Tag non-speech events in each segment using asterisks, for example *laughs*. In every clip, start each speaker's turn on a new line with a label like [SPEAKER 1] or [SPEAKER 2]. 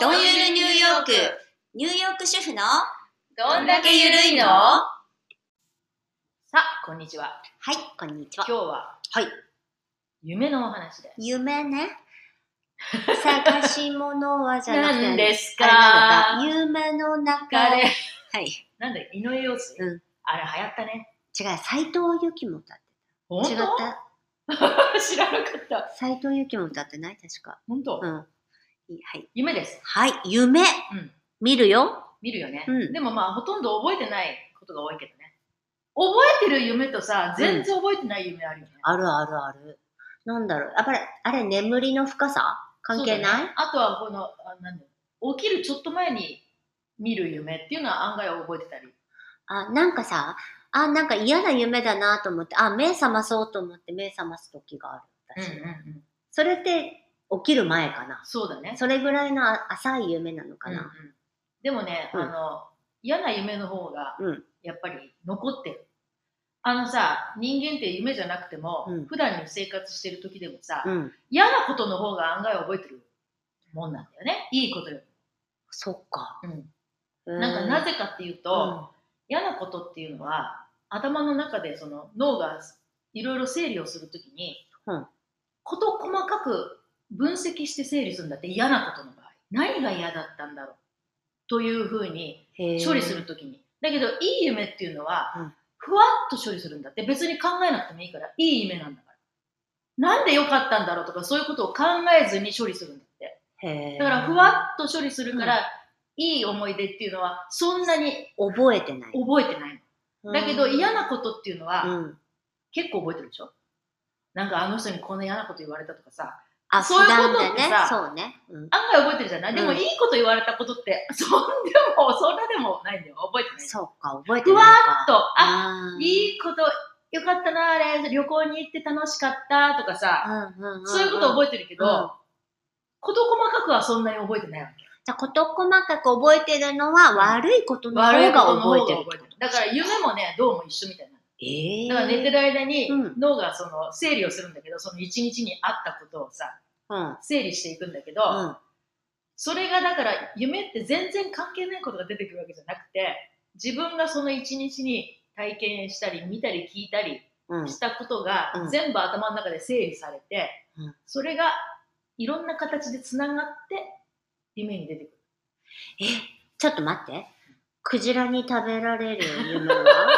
[SPEAKER 1] どんゆるニューヨーク、ニューヨーク主婦の
[SPEAKER 2] どんだけゆるいのさあ、こんにちは。
[SPEAKER 1] はい、こんにちは。
[SPEAKER 2] 今日は、
[SPEAKER 1] はい。
[SPEAKER 2] 夢のお話で。
[SPEAKER 1] 夢ね。
[SPEAKER 2] *laughs*
[SPEAKER 1] 探し物はじゃなくて。
[SPEAKER 2] 何ですか
[SPEAKER 1] あれなんだ夢の中で。はい。違う、
[SPEAKER 2] なんだ、井上陽水、
[SPEAKER 1] うん
[SPEAKER 2] あれ流行ったね。
[SPEAKER 1] 斎藤由貴も歌っ
[SPEAKER 2] 本
[SPEAKER 1] て。違った。
[SPEAKER 2] 当 *laughs* 知らなかった。
[SPEAKER 1] 斎藤由貴も歌ってない確か。
[SPEAKER 2] 本当、
[SPEAKER 1] うん。いいはい。
[SPEAKER 2] 夢です。
[SPEAKER 1] はい、夢。
[SPEAKER 2] うん。
[SPEAKER 1] 見るよ。
[SPEAKER 2] 見るよね、
[SPEAKER 1] うん
[SPEAKER 2] でもまあ、ほとんど覚えてないことが多いけどね。覚えてる夢とさ、全然覚えてない夢あるよね。
[SPEAKER 1] あるあるある。なんだろう。やっぱり、あれ、眠りの深さ関係
[SPEAKER 2] そうだ
[SPEAKER 1] ない、
[SPEAKER 2] ねあとは、この、あなんだ起きるちょっと前に見る夢っていうのは案外覚えてたり。
[SPEAKER 1] あ、なんかさ、あ、なんか嫌な夢だなと思って、あ、目覚まそうと思って目覚ます時がある。私
[SPEAKER 2] ん。
[SPEAKER 1] それって起きる前かな。
[SPEAKER 2] そうだね。
[SPEAKER 1] それぐらいのあ浅い夢なのか
[SPEAKER 2] うん
[SPEAKER 1] な。
[SPEAKER 2] うんでもね、
[SPEAKER 1] うん
[SPEAKER 2] あの嫌な夢の方が
[SPEAKER 1] うん
[SPEAKER 2] やっぱり残ってる、あのさ人間って夢じゃなくても、
[SPEAKER 1] うん
[SPEAKER 2] 普段の生活してる時でもさ、
[SPEAKER 1] うん。
[SPEAKER 2] 嫌なことの方が案外覚えてるもんなんだよねいいことよ
[SPEAKER 1] そっか。
[SPEAKER 2] り、うん
[SPEAKER 1] う
[SPEAKER 2] なんかなぜかっていうと、
[SPEAKER 1] う
[SPEAKER 2] 嫌なことっていうのは頭の中でその脳がいろいろ整理をするときに、
[SPEAKER 1] うん
[SPEAKER 2] こと細かく分析して整理するんだって嫌なことの場合何が嫌だったんだろうというふうに
[SPEAKER 1] んへー
[SPEAKER 2] 処理するときに、だけどいい夢っていうのは、
[SPEAKER 1] うん
[SPEAKER 2] ふわっと処理するんだって別に考えなくてもいいからいい夢なんだからなんで良かったんだろうとかそういうことを考えずに処理するんだって
[SPEAKER 1] へー
[SPEAKER 2] だからふわっと処理するから、いい思い出っていうのはそんなに
[SPEAKER 1] 覚えてない。
[SPEAKER 2] 覚えてないだけど嫌なことっていうのは、
[SPEAKER 1] うん。
[SPEAKER 2] 結構覚えてるでしょなんかあの人にこんな嫌なこと言われたとかさ
[SPEAKER 1] あ、
[SPEAKER 2] そういうこと
[SPEAKER 1] 普段で
[SPEAKER 2] ってさ
[SPEAKER 1] そうね。うん。
[SPEAKER 2] 案外覚えてるじゃない、でも
[SPEAKER 1] うん
[SPEAKER 2] いいこと言われたことってそんでもそんなでもないんだよ覚えてない
[SPEAKER 1] そうか、覚えて
[SPEAKER 2] ふ
[SPEAKER 1] な
[SPEAKER 2] わ
[SPEAKER 1] い
[SPEAKER 2] っ
[SPEAKER 1] か。
[SPEAKER 2] とあ
[SPEAKER 1] あー
[SPEAKER 2] いいことよかったなあれ旅行に行って楽しかったとかさ、
[SPEAKER 1] うんうんんん
[SPEAKER 2] そういうこと覚えてるけど、
[SPEAKER 1] うん
[SPEAKER 2] こと細かくはそんなに覚えてないわけ
[SPEAKER 1] じゃあ、こと細かく覚えてるのは、
[SPEAKER 2] うん
[SPEAKER 1] 悪いことの方
[SPEAKER 2] 悪いこと
[SPEAKER 1] が
[SPEAKER 2] の方
[SPEAKER 1] 覚えて
[SPEAKER 2] が
[SPEAKER 1] る。
[SPEAKER 2] 覚えてるだから夢もねどうも一緒みたいな
[SPEAKER 1] ええ
[SPEAKER 2] だから寝てる間に
[SPEAKER 1] うん
[SPEAKER 2] 脳がその整理をするんだけどその一日にあったことをさ
[SPEAKER 1] うん。
[SPEAKER 2] 整理していくんだけど、
[SPEAKER 1] うん。
[SPEAKER 2] それがだから夢って全然関係ないことが出てくるわけじゃなくて自分がその一日に体験したり見たり聞いたり
[SPEAKER 1] うん。
[SPEAKER 2] したことが
[SPEAKER 1] うん
[SPEAKER 2] 全部頭の中で整理されて、
[SPEAKER 1] うん
[SPEAKER 2] それがいろんな形でつながって夢に出てくる。
[SPEAKER 1] え、ちょっと待って。クジラに食べられる夢
[SPEAKER 2] *laughs* だ
[SPEAKER 1] は
[SPEAKER 2] か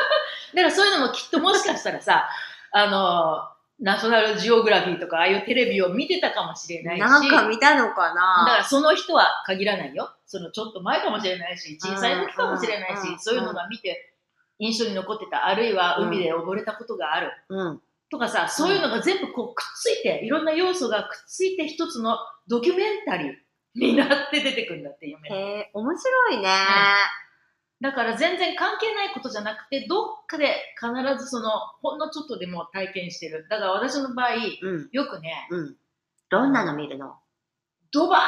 [SPEAKER 2] らそういうのもきっともしかしたらさ *laughs* あのナショナルジオグラフィーとかああいうテレビを見てたかもしれないし
[SPEAKER 1] なんか見たのか
[SPEAKER 2] だか
[SPEAKER 1] な
[SPEAKER 2] らその人は限らないよ。そのちょっと前かもしれないし、小さい時かもしれない
[SPEAKER 1] うんうん
[SPEAKER 2] し、そういうのが見て印象に残ってた、あるいは海で溺れたことがある
[SPEAKER 1] うん。
[SPEAKER 2] とかさ、そういうのが全部こうくっついて、いろんな要素がくっついて一つのドキュメンタリーになって出てくるんだって
[SPEAKER 1] へ
[SPEAKER 2] 夢。
[SPEAKER 1] え、面白いね。
[SPEAKER 2] だから全然関係ないことじゃなくて、どっかで必ずそのほんのちょっとでも体験してる。だから私の場合、
[SPEAKER 1] うん。
[SPEAKER 2] よくね、
[SPEAKER 1] うん。どんなの見るの
[SPEAKER 2] ドバー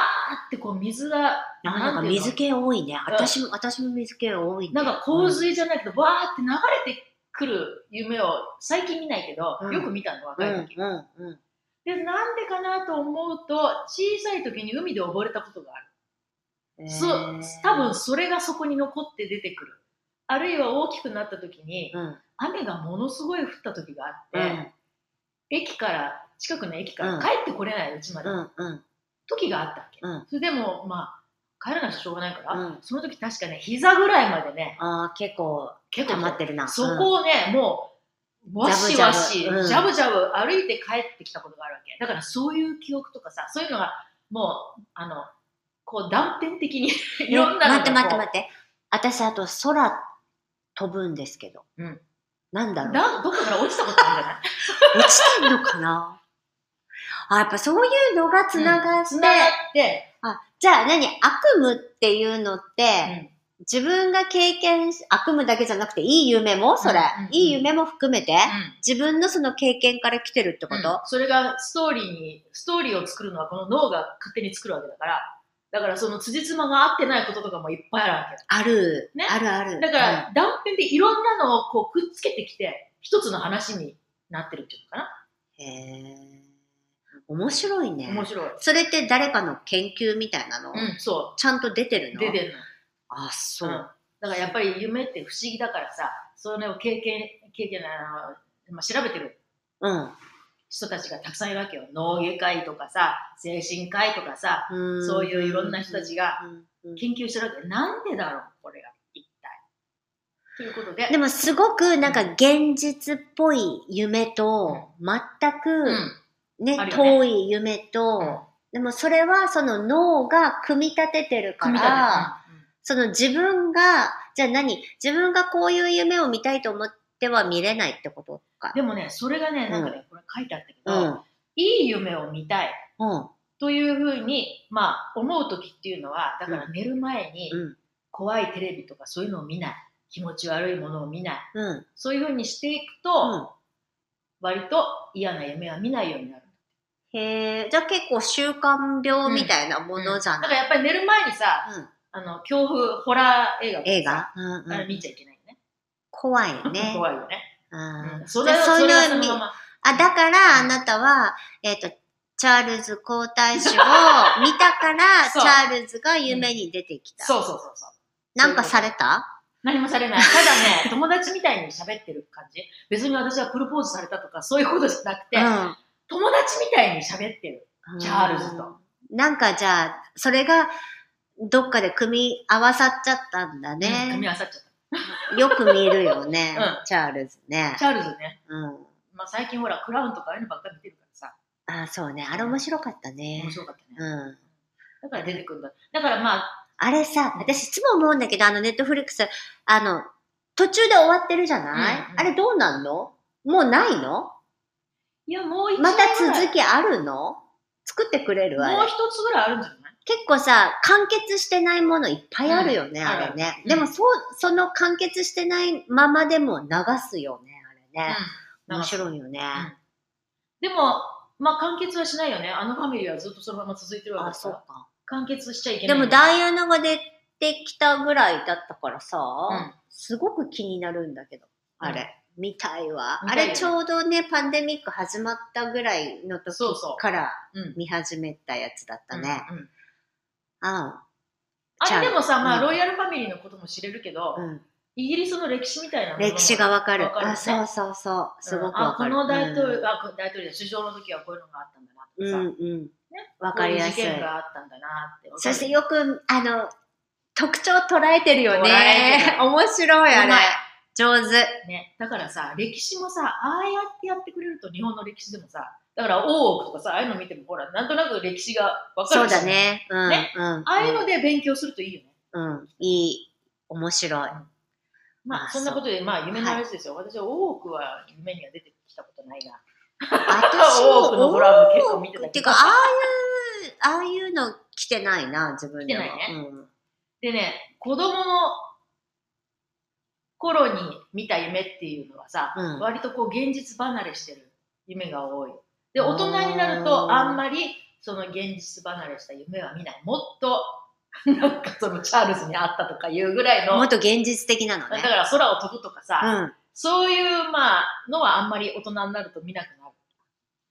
[SPEAKER 2] ってこう水が、
[SPEAKER 1] あなんか
[SPEAKER 2] ていうの
[SPEAKER 1] 水系多いね。私も、私も水系多いね。
[SPEAKER 2] なんか洪水じゃないけど、わーって流れてくる夢を最近見ないけど、
[SPEAKER 1] うん
[SPEAKER 2] よく見たの
[SPEAKER 1] う
[SPEAKER 2] 若い
[SPEAKER 1] ん、
[SPEAKER 2] う時、
[SPEAKER 1] ん、うん。
[SPEAKER 2] でなんでかなと思うと小さい時に海で溺れたことがある、
[SPEAKER 1] うん
[SPEAKER 2] そう多分、それがそこに残って出てくるあるいは大きくなった時に
[SPEAKER 1] うん、
[SPEAKER 2] 雨がものすごい降った時があ
[SPEAKER 1] う
[SPEAKER 2] って、
[SPEAKER 1] ん、
[SPEAKER 2] 駅から近くの駅か
[SPEAKER 1] う
[SPEAKER 2] ら
[SPEAKER 1] ん
[SPEAKER 2] 帰ってこれないうちまで、
[SPEAKER 1] うん、うん。
[SPEAKER 2] 時があったわけ、
[SPEAKER 1] うん
[SPEAKER 2] それでもまあ帰らなくてしょうがないから、
[SPEAKER 1] うん
[SPEAKER 2] その時確かね膝ぐらいまでね
[SPEAKER 1] ああ、結構、
[SPEAKER 2] 結構
[SPEAKER 1] 溜まってるな。
[SPEAKER 2] そこをね、もう、わしわし、
[SPEAKER 1] ジ
[SPEAKER 2] ジ
[SPEAKER 1] ャブジャブ
[SPEAKER 2] ャ
[SPEAKER 1] うん
[SPEAKER 2] ブジャブ歩いて帰ってきたことがあるわけ。だからそういう記憶とかさ、そういうのが、もう、あの、こう断片的に *laughs*
[SPEAKER 1] う、
[SPEAKER 2] いろんなのが
[SPEAKER 1] ね待って待って
[SPEAKER 2] こう
[SPEAKER 1] 待って。私、あと、空飛ぶんですけど。
[SPEAKER 2] うん。
[SPEAKER 1] なんだろう。
[SPEAKER 2] だどこから落ちたことあるんじゃない
[SPEAKER 1] 落ちてんのかなあ、やっぱそういうのがつながって、
[SPEAKER 2] 繋がって、
[SPEAKER 1] あ、じゃあ何悪夢っていうのって、自分が経験し、悪夢だけじゃなくていい夢もそれ、
[SPEAKER 2] うんうんうん
[SPEAKER 1] いい夢も含めて、
[SPEAKER 2] うん
[SPEAKER 1] 自分のその経験から来てるってこ
[SPEAKER 2] うん
[SPEAKER 1] と、
[SPEAKER 2] それがストーリーに、ストーリーを作るのはこの脳が勝手に作るわけだから、だからその辻褄が合ってないこととかもいっぱいあるわ
[SPEAKER 1] ある、
[SPEAKER 2] ね
[SPEAKER 1] あるある。
[SPEAKER 2] け。だから断片でいろんなのをこうくっつけてきて、一つの話になってるっていうのかな。
[SPEAKER 1] うん、へえ。面白いね。
[SPEAKER 2] 面白い。
[SPEAKER 1] それって誰かの研究みたいなの、
[SPEAKER 2] うん、そ
[SPEAKER 1] ちゃんと出てる
[SPEAKER 2] う。
[SPEAKER 1] の
[SPEAKER 2] 出てるの。
[SPEAKER 1] あ、
[SPEAKER 2] う
[SPEAKER 1] そ
[SPEAKER 2] ん
[SPEAKER 1] う。
[SPEAKER 2] だからやっぱり夢って不思議だからさ、それを経験、経験あの、まあ、調べてる
[SPEAKER 1] うん。
[SPEAKER 2] 人たちがたくさんいるわけよ。脳外科医とかさ、精神科医とかさ、
[SPEAKER 1] うん
[SPEAKER 2] そういういろんな人たちが
[SPEAKER 1] うんうん
[SPEAKER 2] 研究してるわけ。なんでだろう、これが一体。ということで、
[SPEAKER 1] でもすごくなんか現実っぽい夢と、全
[SPEAKER 2] う
[SPEAKER 1] く
[SPEAKER 2] ん、
[SPEAKER 1] ね、
[SPEAKER 2] あるよね
[SPEAKER 1] 遠い夢と、でもそれはその脳が組み立ててるか
[SPEAKER 2] 組み立てる
[SPEAKER 1] ら、その自分が、じゃあ何自分がこういう夢を見たいと思っては見れないってことか。
[SPEAKER 2] でもね、それがね、なんかね、これ書いてあったけ
[SPEAKER 1] う
[SPEAKER 2] ど、
[SPEAKER 1] ん。
[SPEAKER 2] いい夢を見たい
[SPEAKER 1] うん。
[SPEAKER 2] というふうに、まあ、思う時っていうのは、だから寝る前に
[SPEAKER 1] うん。
[SPEAKER 2] 怖いテレビとかそういうのを見ない。気持ち悪いものを見ない。
[SPEAKER 1] うん。
[SPEAKER 2] そういうふうにしていく
[SPEAKER 1] う
[SPEAKER 2] と、
[SPEAKER 1] ん
[SPEAKER 2] 割と嫌な夢は見ないようになる。
[SPEAKER 1] へえ、じゃあ結構習慣病みたいなものじゃ
[SPEAKER 2] だか
[SPEAKER 1] な
[SPEAKER 2] ら
[SPEAKER 1] い、
[SPEAKER 2] やっぱり寝る前にさ、
[SPEAKER 1] うん
[SPEAKER 2] あの、恐怖、ホラー映画とかさ
[SPEAKER 1] 映画、うんう
[SPEAKER 2] あれ
[SPEAKER 1] ん、
[SPEAKER 2] 見ちゃいけないよね。
[SPEAKER 1] 怖いよ
[SPEAKER 2] *laughs*
[SPEAKER 1] ね。
[SPEAKER 2] 怖いよね。
[SPEAKER 1] うん
[SPEAKER 2] うんそれは、
[SPEAKER 1] そ
[SPEAKER 2] それはそ
[SPEAKER 1] の
[SPEAKER 2] の
[SPEAKER 1] み
[SPEAKER 2] まま。、
[SPEAKER 1] あ、だからあなたは、えっ、と、チャールズ皇太子を見たか
[SPEAKER 2] *laughs*
[SPEAKER 1] ら
[SPEAKER 2] そう
[SPEAKER 1] チャールズが夢に出てきた。
[SPEAKER 2] そうそうそうそう。
[SPEAKER 1] なんかされた
[SPEAKER 2] 何もされない。ただね、友 *laughs* 達みたいに喋ってる感じ。別に私はプロポーズされたとか、そういうことじゃなくて、
[SPEAKER 1] うん
[SPEAKER 2] 友達みたいに喋ってる。チャールズと。
[SPEAKER 1] なんかじゃあ、それが、どっかで組み合わさっちゃったんだ
[SPEAKER 2] うん組み
[SPEAKER 1] ね。
[SPEAKER 2] 合わさっちゃっ
[SPEAKER 1] よく見るよ
[SPEAKER 2] *laughs*
[SPEAKER 1] ね、
[SPEAKER 2] う
[SPEAKER 1] チャールズね
[SPEAKER 2] た。。チャールズね。
[SPEAKER 1] うん。
[SPEAKER 2] まあ最近ほら、クラウンとかああいうのばっかり見てるからさ、
[SPEAKER 1] あ、そうね。あれ面白かったね
[SPEAKER 2] 面。白かったね。
[SPEAKER 1] うん。
[SPEAKER 2] だから出てくるんだ。だからまあ、
[SPEAKER 1] あれさ、私いつも思うんだけど、あのネットフリックス、あの、途中で終わってるじゃない、
[SPEAKER 2] うんうん
[SPEAKER 1] あれどうなんのもうないの
[SPEAKER 2] いや、もう一
[SPEAKER 1] また
[SPEAKER 2] 話ぐらい
[SPEAKER 1] 続きあるの作ってくれるあ
[SPEAKER 2] もう
[SPEAKER 1] れ。
[SPEAKER 2] 一つぐらいあるんじゃない
[SPEAKER 1] 結構さ、完結してないものいっぱいあるよね、
[SPEAKER 2] うん
[SPEAKER 1] あれね。
[SPEAKER 2] うん
[SPEAKER 1] でもそう、その完結してないままでも流すよね、あれね。
[SPEAKER 2] うん
[SPEAKER 1] 面白いよね。
[SPEAKER 2] でも、まあ完結はしないよね。あのファミリーはずっとそのまま続いてるわけ
[SPEAKER 1] あ、
[SPEAKER 2] だ
[SPEAKER 1] そ
[SPEAKER 2] か
[SPEAKER 1] う
[SPEAKER 2] ら。
[SPEAKER 1] か。
[SPEAKER 2] 完結しちゃいけな
[SPEAKER 1] で
[SPEAKER 2] いよ
[SPEAKER 1] も
[SPEAKER 2] ね。
[SPEAKER 1] ダイアナが出てきたぐらいだったからさ、
[SPEAKER 2] うん
[SPEAKER 1] すごく気になるんだけど、あれ。見たいわ。
[SPEAKER 2] 見
[SPEAKER 1] あ
[SPEAKER 2] たいよね
[SPEAKER 1] れちょうどね、パンデミック始まったぐらいの時
[SPEAKER 2] そうそう。
[SPEAKER 1] から
[SPEAKER 2] うん
[SPEAKER 1] 見始めたやつだったね。
[SPEAKER 2] うんうん
[SPEAKER 1] あちゃ
[SPEAKER 2] あ
[SPEAKER 1] う
[SPEAKER 2] れでもさ、まあ、
[SPEAKER 1] うん
[SPEAKER 2] ロイヤルファミリーのことも知れるけど、
[SPEAKER 1] うん、うん。
[SPEAKER 2] イギリスの歴史みたいなものも
[SPEAKER 1] 歴史がわかる。
[SPEAKER 2] わかるよね
[SPEAKER 1] あ、そうそうそう。すごく
[SPEAKER 2] うん
[SPEAKER 1] わ
[SPEAKER 2] あこ
[SPEAKER 1] かる。
[SPEAKER 2] の大統領、あこ大統領首相の時はこういうのがあったんだな
[SPEAKER 1] う
[SPEAKER 2] とかさ、
[SPEAKER 1] んうん。わかりやす
[SPEAKER 2] こ
[SPEAKER 1] い
[SPEAKER 2] う。
[SPEAKER 1] う
[SPEAKER 2] 事件があったんだなって
[SPEAKER 1] そして
[SPEAKER 2] わ
[SPEAKER 1] よく、あの、特徴捉えてるよ
[SPEAKER 2] 捉えて
[SPEAKER 1] ね。
[SPEAKER 2] る
[SPEAKER 1] *laughs* 面白い、あ
[SPEAKER 2] う
[SPEAKER 1] れ
[SPEAKER 2] まい。
[SPEAKER 1] 上手。
[SPEAKER 2] かるね、だからさ歴史もさああやってやってくれると日本の歴史でもさだから大奥とかさああいうの見てもほらなんとなく歴史がわか
[SPEAKER 1] そう
[SPEAKER 2] るし
[SPEAKER 1] だね。うん。
[SPEAKER 2] ね
[SPEAKER 1] うん。
[SPEAKER 2] ああいうので勉強するといいよね、
[SPEAKER 1] うん、いい、面白
[SPEAKER 2] *laughs*
[SPEAKER 1] い。
[SPEAKER 2] ま
[SPEAKER 1] あ
[SPEAKER 2] あそんなことでまあ夢の話ですよ、私は大奥は夢には出てきたことないな
[SPEAKER 1] 私も
[SPEAKER 2] 多くのホラーも結構見てたけど
[SPEAKER 1] っていうか、ああいう、ああいうの来てないな、自分で
[SPEAKER 2] 来
[SPEAKER 1] は。
[SPEAKER 2] てない
[SPEAKER 1] うん
[SPEAKER 2] でね、子供の頃に見た夢っていうのはさ、
[SPEAKER 1] うん
[SPEAKER 2] 割とこう現実離れしてる夢が多い。で、
[SPEAKER 1] あー
[SPEAKER 2] 大人になるとあんまりその現実離れした夢は見ない。もっと、 *laughs* なんかそのチャールズに会ったとかいうぐらいの、
[SPEAKER 1] もっと現実的なの
[SPEAKER 2] だ
[SPEAKER 1] ね
[SPEAKER 2] か。ら空を飛ぶとかさ、
[SPEAKER 1] うん。
[SPEAKER 2] そういうまあのはあんまり大人になると見なくなる。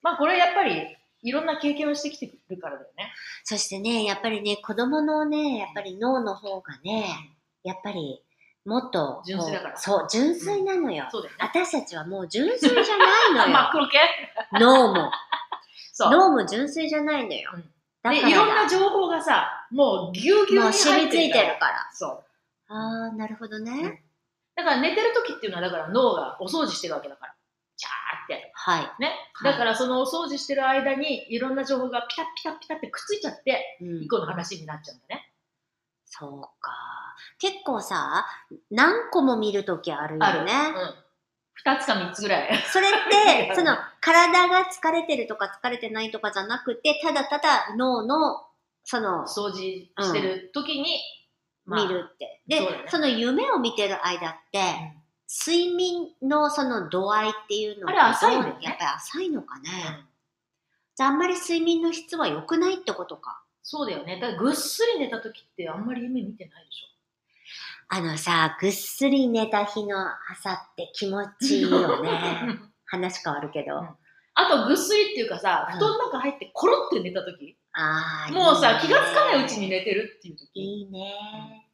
[SPEAKER 2] まあこれはやっぱりいろんな経験をしてきてるからだよね。
[SPEAKER 1] そしてね、やっぱりね、子供のね、やっぱり脳の方がね、やっぱり、もっとこう、
[SPEAKER 2] 純粋だから
[SPEAKER 1] そう、純粋なのよ。
[SPEAKER 2] そうだよね。
[SPEAKER 1] 私たちはもう純粋じゃな
[SPEAKER 2] *laughs*
[SPEAKER 1] いの
[SPEAKER 2] 真っ
[SPEAKER 1] よ。
[SPEAKER 2] 黒系
[SPEAKER 1] 脳も。
[SPEAKER 2] そう。
[SPEAKER 1] 脳も純粋じゃないのよ
[SPEAKER 2] うん。
[SPEAKER 1] だから
[SPEAKER 2] で、いろんな情報がさ、もうぎゅうぎゅう
[SPEAKER 1] も
[SPEAKER 2] に
[SPEAKER 1] う染
[SPEAKER 2] 入っ
[SPEAKER 1] みつ
[SPEAKER 2] て
[SPEAKER 1] い
[SPEAKER 2] る
[SPEAKER 1] て
[SPEAKER 2] から
[SPEAKER 1] るから。
[SPEAKER 2] そう。
[SPEAKER 1] ああ、なるほど
[SPEAKER 2] う
[SPEAKER 1] ね
[SPEAKER 2] ん。だから寝てる時っていうのは、だから脳がお掃除してるわけだから。チャーってやる。
[SPEAKER 1] はい。
[SPEAKER 2] ね。
[SPEAKER 1] はい
[SPEAKER 2] だからそのお掃除してる間に、いろんな情報がピタッピタッピタってくっついちゃって、
[SPEAKER 1] うん
[SPEAKER 2] 一個の話になっちゃうんだね。
[SPEAKER 1] そうか。結構さ、何個も見るときある
[SPEAKER 2] ある
[SPEAKER 1] よね。
[SPEAKER 2] うん。二つか三つぐら *laughs* い。
[SPEAKER 1] それっ
[SPEAKER 2] あ
[SPEAKER 1] て、
[SPEAKER 2] る
[SPEAKER 1] その、体が疲れてるとか疲れてないとかじゃなくて、ただただ脳の、その、
[SPEAKER 2] 掃除してる時に、まあ
[SPEAKER 1] 見るって。で、
[SPEAKER 2] そうだね
[SPEAKER 1] その夢を見てる間って、睡眠のその度合いっていうのが
[SPEAKER 2] あれ浅いんだよね
[SPEAKER 1] やっぱり浅いのかね。
[SPEAKER 2] うん
[SPEAKER 1] じゃああんまり睡眠の質は良くないってことか。
[SPEAKER 2] そうだよね。だからぐっすり寝た時ってあんまり夢見てないでしょ。
[SPEAKER 1] あのさ、ぐっすり寝た日の朝って気持ちいいよね。話変わるけど。
[SPEAKER 2] うん *laughs* あとぐっすりっていうかさ、
[SPEAKER 1] うん
[SPEAKER 2] 布団の中入ってコロって寝た時、
[SPEAKER 1] ああ、
[SPEAKER 2] もうさ
[SPEAKER 1] いいね
[SPEAKER 2] 気がつかないうちに。寝てるっていう時、
[SPEAKER 1] いいね。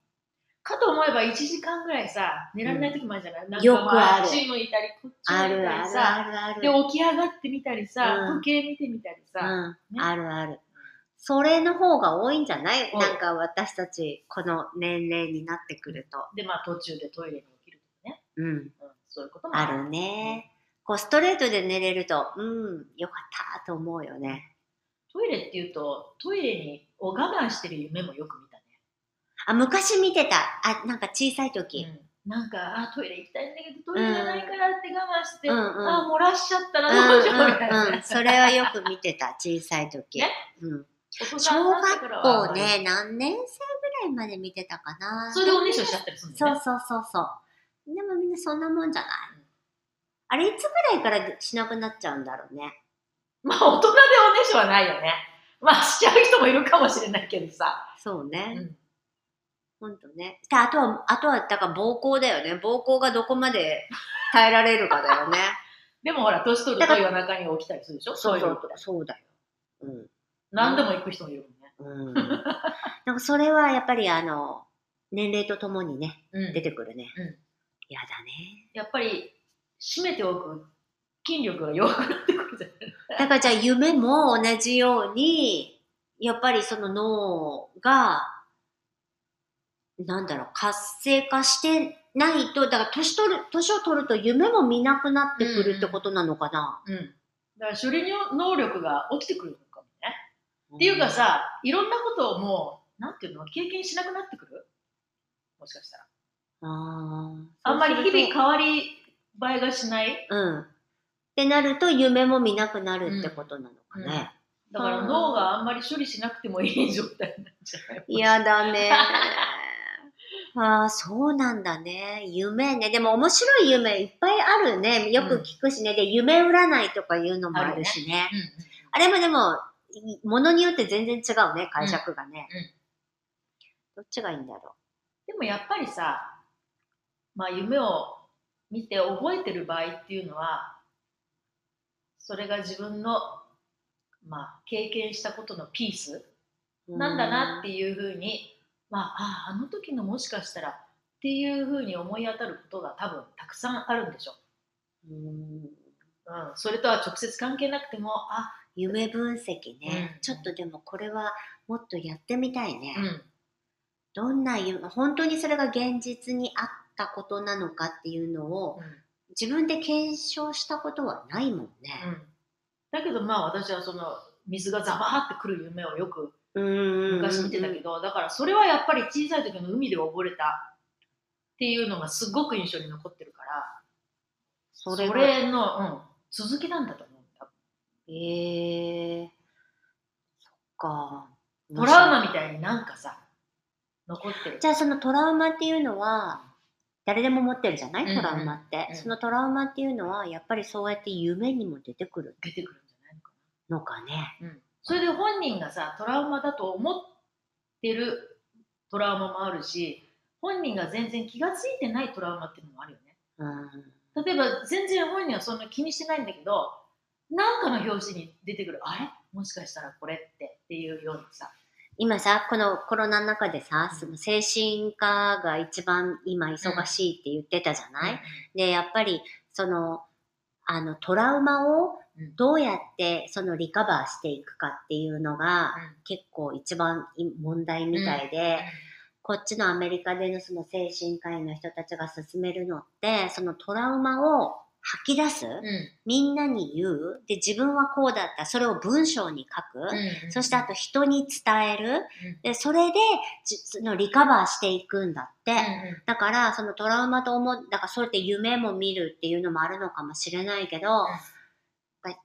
[SPEAKER 2] かと思えば1時間ぐらいさ、寝られない時もあるじゃない、なんか
[SPEAKER 1] よく
[SPEAKER 2] ま
[SPEAKER 1] ある
[SPEAKER 2] あっち向いたり、こっち
[SPEAKER 1] あ
[SPEAKER 2] 向い
[SPEAKER 1] る
[SPEAKER 2] た
[SPEAKER 1] あ
[SPEAKER 2] り
[SPEAKER 1] る
[SPEAKER 2] さ、
[SPEAKER 1] あるある。
[SPEAKER 2] で、起き上がってみたりさ、
[SPEAKER 1] うん
[SPEAKER 2] 時計見てみたりさ、
[SPEAKER 1] うん、
[SPEAKER 2] ね
[SPEAKER 1] あるある。それの方が多いんじゃない
[SPEAKER 2] 多い
[SPEAKER 1] なんか私たち、この年齢になってくると。
[SPEAKER 2] で、まあ途中でトイレに起きるとかね、
[SPEAKER 1] うん、
[SPEAKER 2] うん、そういうことも
[SPEAKER 1] あるね。こう、ストレートで寝れると、うん、よかったと思うよね。
[SPEAKER 2] トイレっていうと、トイレにを我慢してる夢もよく見たね。
[SPEAKER 1] あ、昔見てた。あ、なんか小さい時。
[SPEAKER 2] うん、なんか、あ、トイレ行きたいんだけど、トイレがないからって我慢して、
[SPEAKER 1] うんうん
[SPEAKER 2] あ、漏らしちゃった
[SPEAKER 1] う
[SPEAKER 2] ら
[SPEAKER 1] ん
[SPEAKER 2] どうしようみたいな。 *laughs*
[SPEAKER 1] うんうん、それはよく見てた、小さい時。
[SPEAKER 2] ね
[SPEAKER 1] うん、
[SPEAKER 2] お子さん
[SPEAKER 1] 小
[SPEAKER 2] になってからは
[SPEAKER 1] 学校ね、何年生ぐらいまで見てたかな。
[SPEAKER 2] それでおねしょしちゃったりするんだ
[SPEAKER 1] そ
[SPEAKER 2] よ
[SPEAKER 1] う
[SPEAKER 2] ね。
[SPEAKER 1] そうそうそう。でもみんなそんなもんじゃない
[SPEAKER 2] うん。
[SPEAKER 1] あれいつぐらいからしなくなっちゃうんだろうね。
[SPEAKER 2] *laughs* まあ、大人でおねしょはないよね。まあ、しちゃう人もいるかもしれないけどさ。
[SPEAKER 1] そう
[SPEAKER 2] う
[SPEAKER 1] ね。
[SPEAKER 2] ん
[SPEAKER 1] ほんとね。であとは、あとは、だから暴行だよね。暴行がどこまで耐えられるかだよね。
[SPEAKER 2] でもほら、年取る
[SPEAKER 1] だか
[SPEAKER 2] と
[SPEAKER 1] ら
[SPEAKER 2] 夜中に起きたりするでしょ
[SPEAKER 1] *laughs* そう
[SPEAKER 2] い
[SPEAKER 1] そう
[SPEAKER 2] の
[SPEAKER 1] う
[SPEAKER 2] と。
[SPEAKER 1] そうだよ。うん。
[SPEAKER 2] 何度も行く人もいるもんね。
[SPEAKER 1] うん。なんかそれはやっぱりあの、年齢とともにね、
[SPEAKER 2] うん
[SPEAKER 1] 出てくるね。
[SPEAKER 2] うん
[SPEAKER 1] やだね。
[SPEAKER 2] やっぱり、締めておく筋力が弱くなってくるじゃない
[SPEAKER 1] だからじゃあ夢も同じように、やっぱりその脳が、なんだろう、活性化してないと、だから年取る、年を取ると夢も見なくなってくるってことなのかな。
[SPEAKER 2] うん。だから処理能力が落ちてくるのかもね。っていうかさ、いろんなことをもう、なんていうの、経験しなくなってくるもしかしたら。
[SPEAKER 1] あー
[SPEAKER 2] あんまり
[SPEAKER 1] そうす
[SPEAKER 2] 日
[SPEAKER 1] る
[SPEAKER 2] 々変わり映えがしない
[SPEAKER 1] とうん。ってなると夢も見なくなるってことなのかね。
[SPEAKER 2] だから脳があんまり処理しなくてもいい状態になっちゃう。
[SPEAKER 1] 嫌、だね。 *laughs* ああ、そうなんだね。夢ね。でも面白い夢いっぱいあるね。よく聞くしね。で、夢占いとかいうのもあるしね。
[SPEAKER 2] うんうん
[SPEAKER 1] あれもでも、いものによって全然違うね、解釈がね。
[SPEAKER 2] うんうん
[SPEAKER 1] どっちがいいんだろ
[SPEAKER 2] でもやっぱりさ、まあ、夢を見て覚えてる場合っていうのはそれが自分の、まあ、経験したことのピース
[SPEAKER 1] う。。
[SPEAKER 2] なんだなってていうふうに、まあ、あああの時のもしかしたらっていうふうに思い当たることが多分たくさんあるんでしょ
[SPEAKER 1] うん
[SPEAKER 2] う、うん、それとは直接関係なくてもあ、
[SPEAKER 1] 夢分析ね、
[SPEAKER 2] うん
[SPEAKER 1] ちょっとでもこれはもっとやってみたいね。
[SPEAKER 2] うん、
[SPEAKER 1] どんな夢、本当にそれが現実にあったことなのかっていうのを
[SPEAKER 2] うん
[SPEAKER 1] 自分で検証したことはないもんね。
[SPEAKER 2] うんだけどまあ私はその水がザバーってくる夢をよく
[SPEAKER 1] うん
[SPEAKER 2] 昔見てたけど、だからそれはやっぱり小さい時の海で溺れたっていうのがすごく印象に残ってるから
[SPEAKER 1] そ
[SPEAKER 2] そ
[SPEAKER 1] れ
[SPEAKER 2] れ
[SPEAKER 1] が
[SPEAKER 2] の、うん、続きなんだと思う多
[SPEAKER 1] ええそっか。
[SPEAKER 2] 分トラウマみたいになんかさ残ってる
[SPEAKER 1] じゃあそのトラウマっていうのは誰でも持ってるじゃない
[SPEAKER 2] うんう
[SPEAKER 1] ト
[SPEAKER 2] ん
[SPEAKER 1] ラウマって、
[SPEAKER 2] うん
[SPEAKER 1] そのトラウマっていうのはやっぱりそうやって夢にも出てくる
[SPEAKER 2] 出てくるんじゃないのか
[SPEAKER 1] のかね。
[SPEAKER 2] な、うん、それで本人がさトラウマだと思ってるトラウマもあるし本人が全然気がついてないトラウマっていうのもあるよね
[SPEAKER 1] うん。
[SPEAKER 2] 例えば全然本人はそんな気にしてないんだけどなんかの表紙に出てくるあれもしかしたらこれってっていうようなさ、
[SPEAKER 1] 今さ、このコロナの中でさ、その精神科が一番今忙しいって言ってたじゃない、で、やっぱり、その、あの、トラウマを
[SPEAKER 2] うん
[SPEAKER 1] どうやってそのリカバーしていくかっていうのが
[SPEAKER 2] うん
[SPEAKER 1] 結構一番い問題みたいで、こっちのアメリカでのその精神科医の人たちが進めるのって、そのトラウマを吐き出す、
[SPEAKER 2] うんうん
[SPEAKER 1] みんなに言う、で、自分はこうだった、それを文章に書く、
[SPEAKER 2] うん
[SPEAKER 1] そしてあと人に伝える、
[SPEAKER 2] うん
[SPEAKER 1] で、それでじそのリカバーしていくんだって。
[SPEAKER 2] うん
[SPEAKER 1] だから、そのトラウマと思う、だからそうやって夢も見るっていうのもあるのかもしれないけど、やっぱり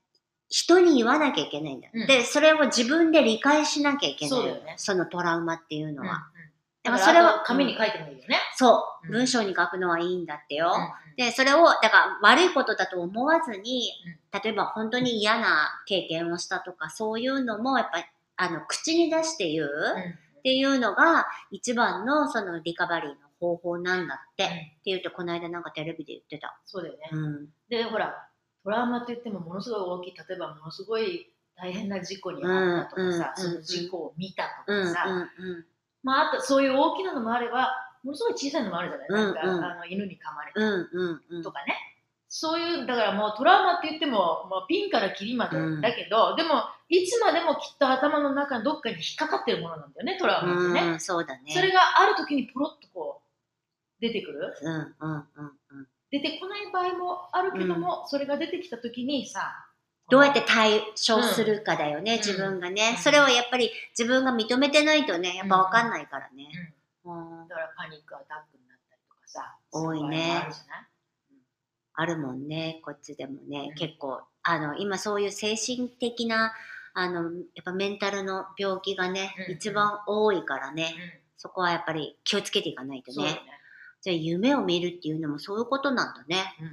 [SPEAKER 1] 人に言わなきゃいけないんだ、
[SPEAKER 2] うん
[SPEAKER 1] で、それを自分で理解しなきゃいけない。
[SPEAKER 2] そうだよね
[SPEAKER 1] そのトラウマっていう
[SPEAKER 2] う
[SPEAKER 1] の
[SPEAKER 2] んうん
[SPEAKER 1] は。
[SPEAKER 2] だ
[SPEAKER 1] だか
[SPEAKER 2] かららそ
[SPEAKER 1] それ
[SPEAKER 2] れ
[SPEAKER 1] は
[SPEAKER 2] は紙に書いてもいいよね、
[SPEAKER 1] そう、
[SPEAKER 2] うん
[SPEAKER 1] 文章に書くのはいいんだってよ。
[SPEAKER 2] で
[SPEAKER 1] で、それを、だから悪いことだと思わずに、例えば本当に嫌な経験をしたとか、そういうのも、やっぱりあの、口に出して言う、
[SPEAKER 2] うん
[SPEAKER 1] っていうのが一番のそのリカバリーの方法なんだって、
[SPEAKER 2] うん
[SPEAKER 1] って言うとこの間なんかテレビで言ってた。
[SPEAKER 2] そうだよね。
[SPEAKER 1] うん。
[SPEAKER 2] で、ほら、トラウマって言ってもものすごい大きい、例えばものすごい大変な事故に遭ったとかさ、
[SPEAKER 1] うんうん
[SPEAKER 2] その事故を見たと
[SPEAKER 1] うん、う
[SPEAKER 2] か
[SPEAKER 1] ん
[SPEAKER 2] さ、、まあ、あとそういう大きなのもあれば、ものすごい小さいのもあるじゃない、
[SPEAKER 1] うんうん
[SPEAKER 2] なんかあの犬に噛まれ
[SPEAKER 1] うん、う
[SPEAKER 2] た
[SPEAKER 1] ん、うん、うん
[SPEAKER 2] と。かね、そういう、だからもうトラウマって言っても、まあ、ピンからキリまで
[SPEAKER 1] うん
[SPEAKER 2] だけど、でも、いつまでもきっと頭の中のどっかに引っかかってるものなんだよね、トラウマってね。
[SPEAKER 1] うん、そうだね。
[SPEAKER 2] それがある時にポロッとこう、出てくる。
[SPEAKER 1] うん、うん、うん、うん。
[SPEAKER 2] 出てこない場合もあるけども、それが出てきた時にさ、
[SPEAKER 1] どうやって対処するかだよね、
[SPEAKER 2] うん
[SPEAKER 1] 自分が
[SPEAKER 2] う
[SPEAKER 1] ね、
[SPEAKER 2] ん
[SPEAKER 1] それをやっぱり自分が認めてないとね、やっぱわかんないからね。
[SPEAKER 2] うん
[SPEAKER 1] うん
[SPEAKER 2] だからパニックアタックになったりとかさ、
[SPEAKER 1] 多い
[SPEAKER 2] そ
[SPEAKER 1] ね
[SPEAKER 2] うう場合もあるじゃない
[SPEAKER 1] あるもんね、こっちでもね、
[SPEAKER 2] うん
[SPEAKER 1] 結構、あの、今そういう精神的な、あの、やっぱメンタルの病気がね、
[SPEAKER 2] うん
[SPEAKER 1] 一番多いからね、
[SPEAKER 2] うん
[SPEAKER 1] そこはやっぱり気をつけていかないと
[SPEAKER 2] そうだね
[SPEAKER 1] ね。。じゃあ夢を見るっていうのもそういうことなんだね。
[SPEAKER 2] うん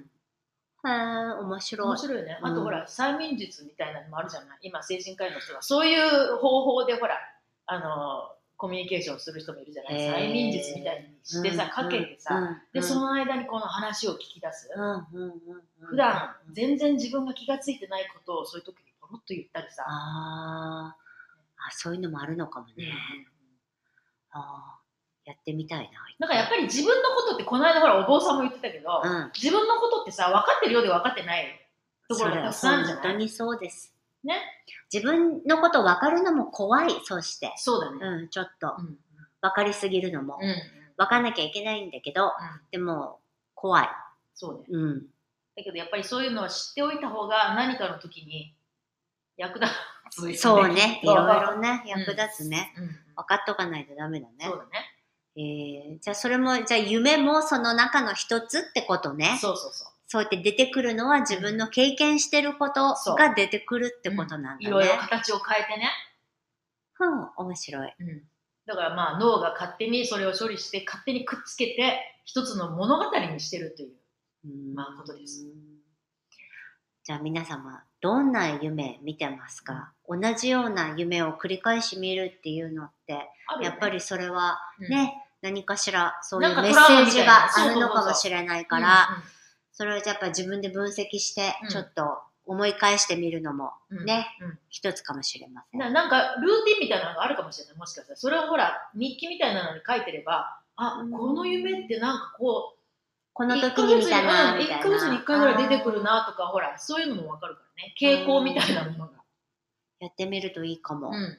[SPEAKER 1] へえ、面白
[SPEAKER 2] 面
[SPEAKER 1] い。
[SPEAKER 2] 白いよね。
[SPEAKER 1] うん
[SPEAKER 2] あとほら、催眠術みたいなのもあるじゃない。今、精神科医の人が、そういう方法でほら、あの、コミュニケーションする人もいるじゃない。
[SPEAKER 1] へー
[SPEAKER 2] 催眠術みたいにしてさ、かけてさ、で、そ
[SPEAKER 1] の、
[SPEAKER 2] の間にこの話を聞き出す。
[SPEAKER 1] うんうんうんうん、
[SPEAKER 2] 普段、全然自分が気がついてないことをそういう時にポロッと言ったりさ、
[SPEAKER 1] あーあ、そういうのもあるのかもね。あーやってみたい
[SPEAKER 2] なんかやっぱり自分のことって、この間ほら、お坊さんも言ってたけど、
[SPEAKER 1] な。うん。
[SPEAKER 2] 自分のことってさ、分かってるようで分かってないところがたくさんあるじゃな
[SPEAKER 1] それは本
[SPEAKER 2] い
[SPEAKER 1] 当にそうです。
[SPEAKER 2] ね。
[SPEAKER 1] 自分のこと分かるのも怖い、そして。
[SPEAKER 2] そうだね。
[SPEAKER 1] うん、ちょっと
[SPEAKER 2] う。ん。
[SPEAKER 1] 分かりすぎるのも。
[SPEAKER 2] うん。
[SPEAKER 1] 分かんなきゃいけないんだけど、
[SPEAKER 2] うん
[SPEAKER 1] でも、怖い。
[SPEAKER 2] そうね。
[SPEAKER 1] うん。
[SPEAKER 2] だけどやっぱりそういうのは知っておいた方が何かの時に役立つよ
[SPEAKER 1] そうね。い
[SPEAKER 2] きっと
[SPEAKER 1] ろいろね、
[SPEAKER 2] ん
[SPEAKER 1] 役立つね。
[SPEAKER 2] うんうん
[SPEAKER 1] 分かっとかないとダメだね
[SPEAKER 2] そう。だね。
[SPEAKER 1] えー、じゃあそれも、じゃあ夢もその中の一つってことね。
[SPEAKER 2] そうそうそう。
[SPEAKER 1] そうやって出てくるのは自分の経験してること
[SPEAKER 2] そう
[SPEAKER 1] が出てくるってことなんだね。
[SPEAKER 2] いろいろ形を変えてね。
[SPEAKER 1] うん、面白い。
[SPEAKER 2] うん、だからまあ脳が勝手にそれを処理して勝手にくっつけて一つの物語にしてるという。まあことです
[SPEAKER 1] うんじゃあ皆様、どんな夢見てますか、同じような夢を繰り返し見るっていうのって、
[SPEAKER 2] ある
[SPEAKER 1] や
[SPEAKER 2] よ
[SPEAKER 1] っぱりそれは
[SPEAKER 2] うん
[SPEAKER 1] ね、何かしらそうい
[SPEAKER 2] なん
[SPEAKER 1] う
[SPEAKER 2] か
[SPEAKER 1] メッ
[SPEAKER 2] ト
[SPEAKER 1] セ
[SPEAKER 2] ラウマみ
[SPEAKER 1] ー
[SPEAKER 2] た
[SPEAKER 1] ジ
[SPEAKER 2] いな
[SPEAKER 1] があるのかもしれないから、、それをやっぱ自分で分析して
[SPEAKER 2] うん、
[SPEAKER 1] ちょっと思い返してみるのも
[SPEAKER 2] うんうんうん
[SPEAKER 1] ね、
[SPEAKER 2] うん
[SPEAKER 1] 一つかもしれません。
[SPEAKER 2] ななんかルーティンみたいなのがあるかもしれないもしかしたらそれをほら日記みたいなのに書いてればあ
[SPEAKER 1] うん
[SPEAKER 2] この夢ってなんかこう
[SPEAKER 1] この時に見たな、み
[SPEAKER 2] 1
[SPEAKER 1] たいな。
[SPEAKER 2] ヶ月に1回ぐらい出てくるなとか、ほら、そういうのもわかるからね。傾向みたいなものが。
[SPEAKER 1] あーやってみるといいかも。
[SPEAKER 2] うんうんうん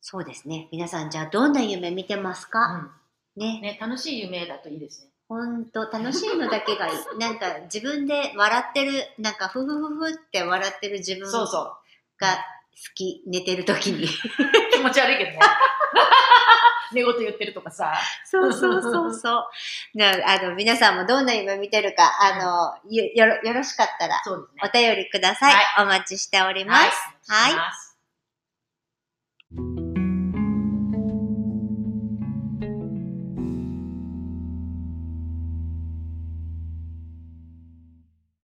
[SPEAKER 1] そうですね。皆さん、じゃあどんな夢見てますか、
[SPEAKER 2] うん
[SPEAKER 1] ね。
[SPEAKER 2] ね、楽しい夢だといいですね。
[SPEAKER 1] ほんと、楽しいのだけが
[SPEAKER 2] *laughs*
[SPEAKER 1] いい。なんか、自分で笑ってる、なんか、ふふふふって笑ってる自分
[SPEAKER 2] そう
[SPEAKER 1] が好
[SPEAKER 2] そう。
[SPEAKER 1] き、寝てる時に。
[SPEAKER 2] 気持ち悪いけ *laughs* どね。寝言言ってるとかさ。
[SPEAKER 1] そうそうそうそう。 *laughs* なあの、皆さんもどんな夢見てるか、あの、よよろよろしかったら、
[SPEAKER 2] そうです
[SPEAKER 1] お
[SPEAKER 2] ね。
[SPEAKER 1] 便りください。
[SPEAKER 2] は
[SPEAKER 1] お待ちしております。
[SPEAKER 2] はいお願いします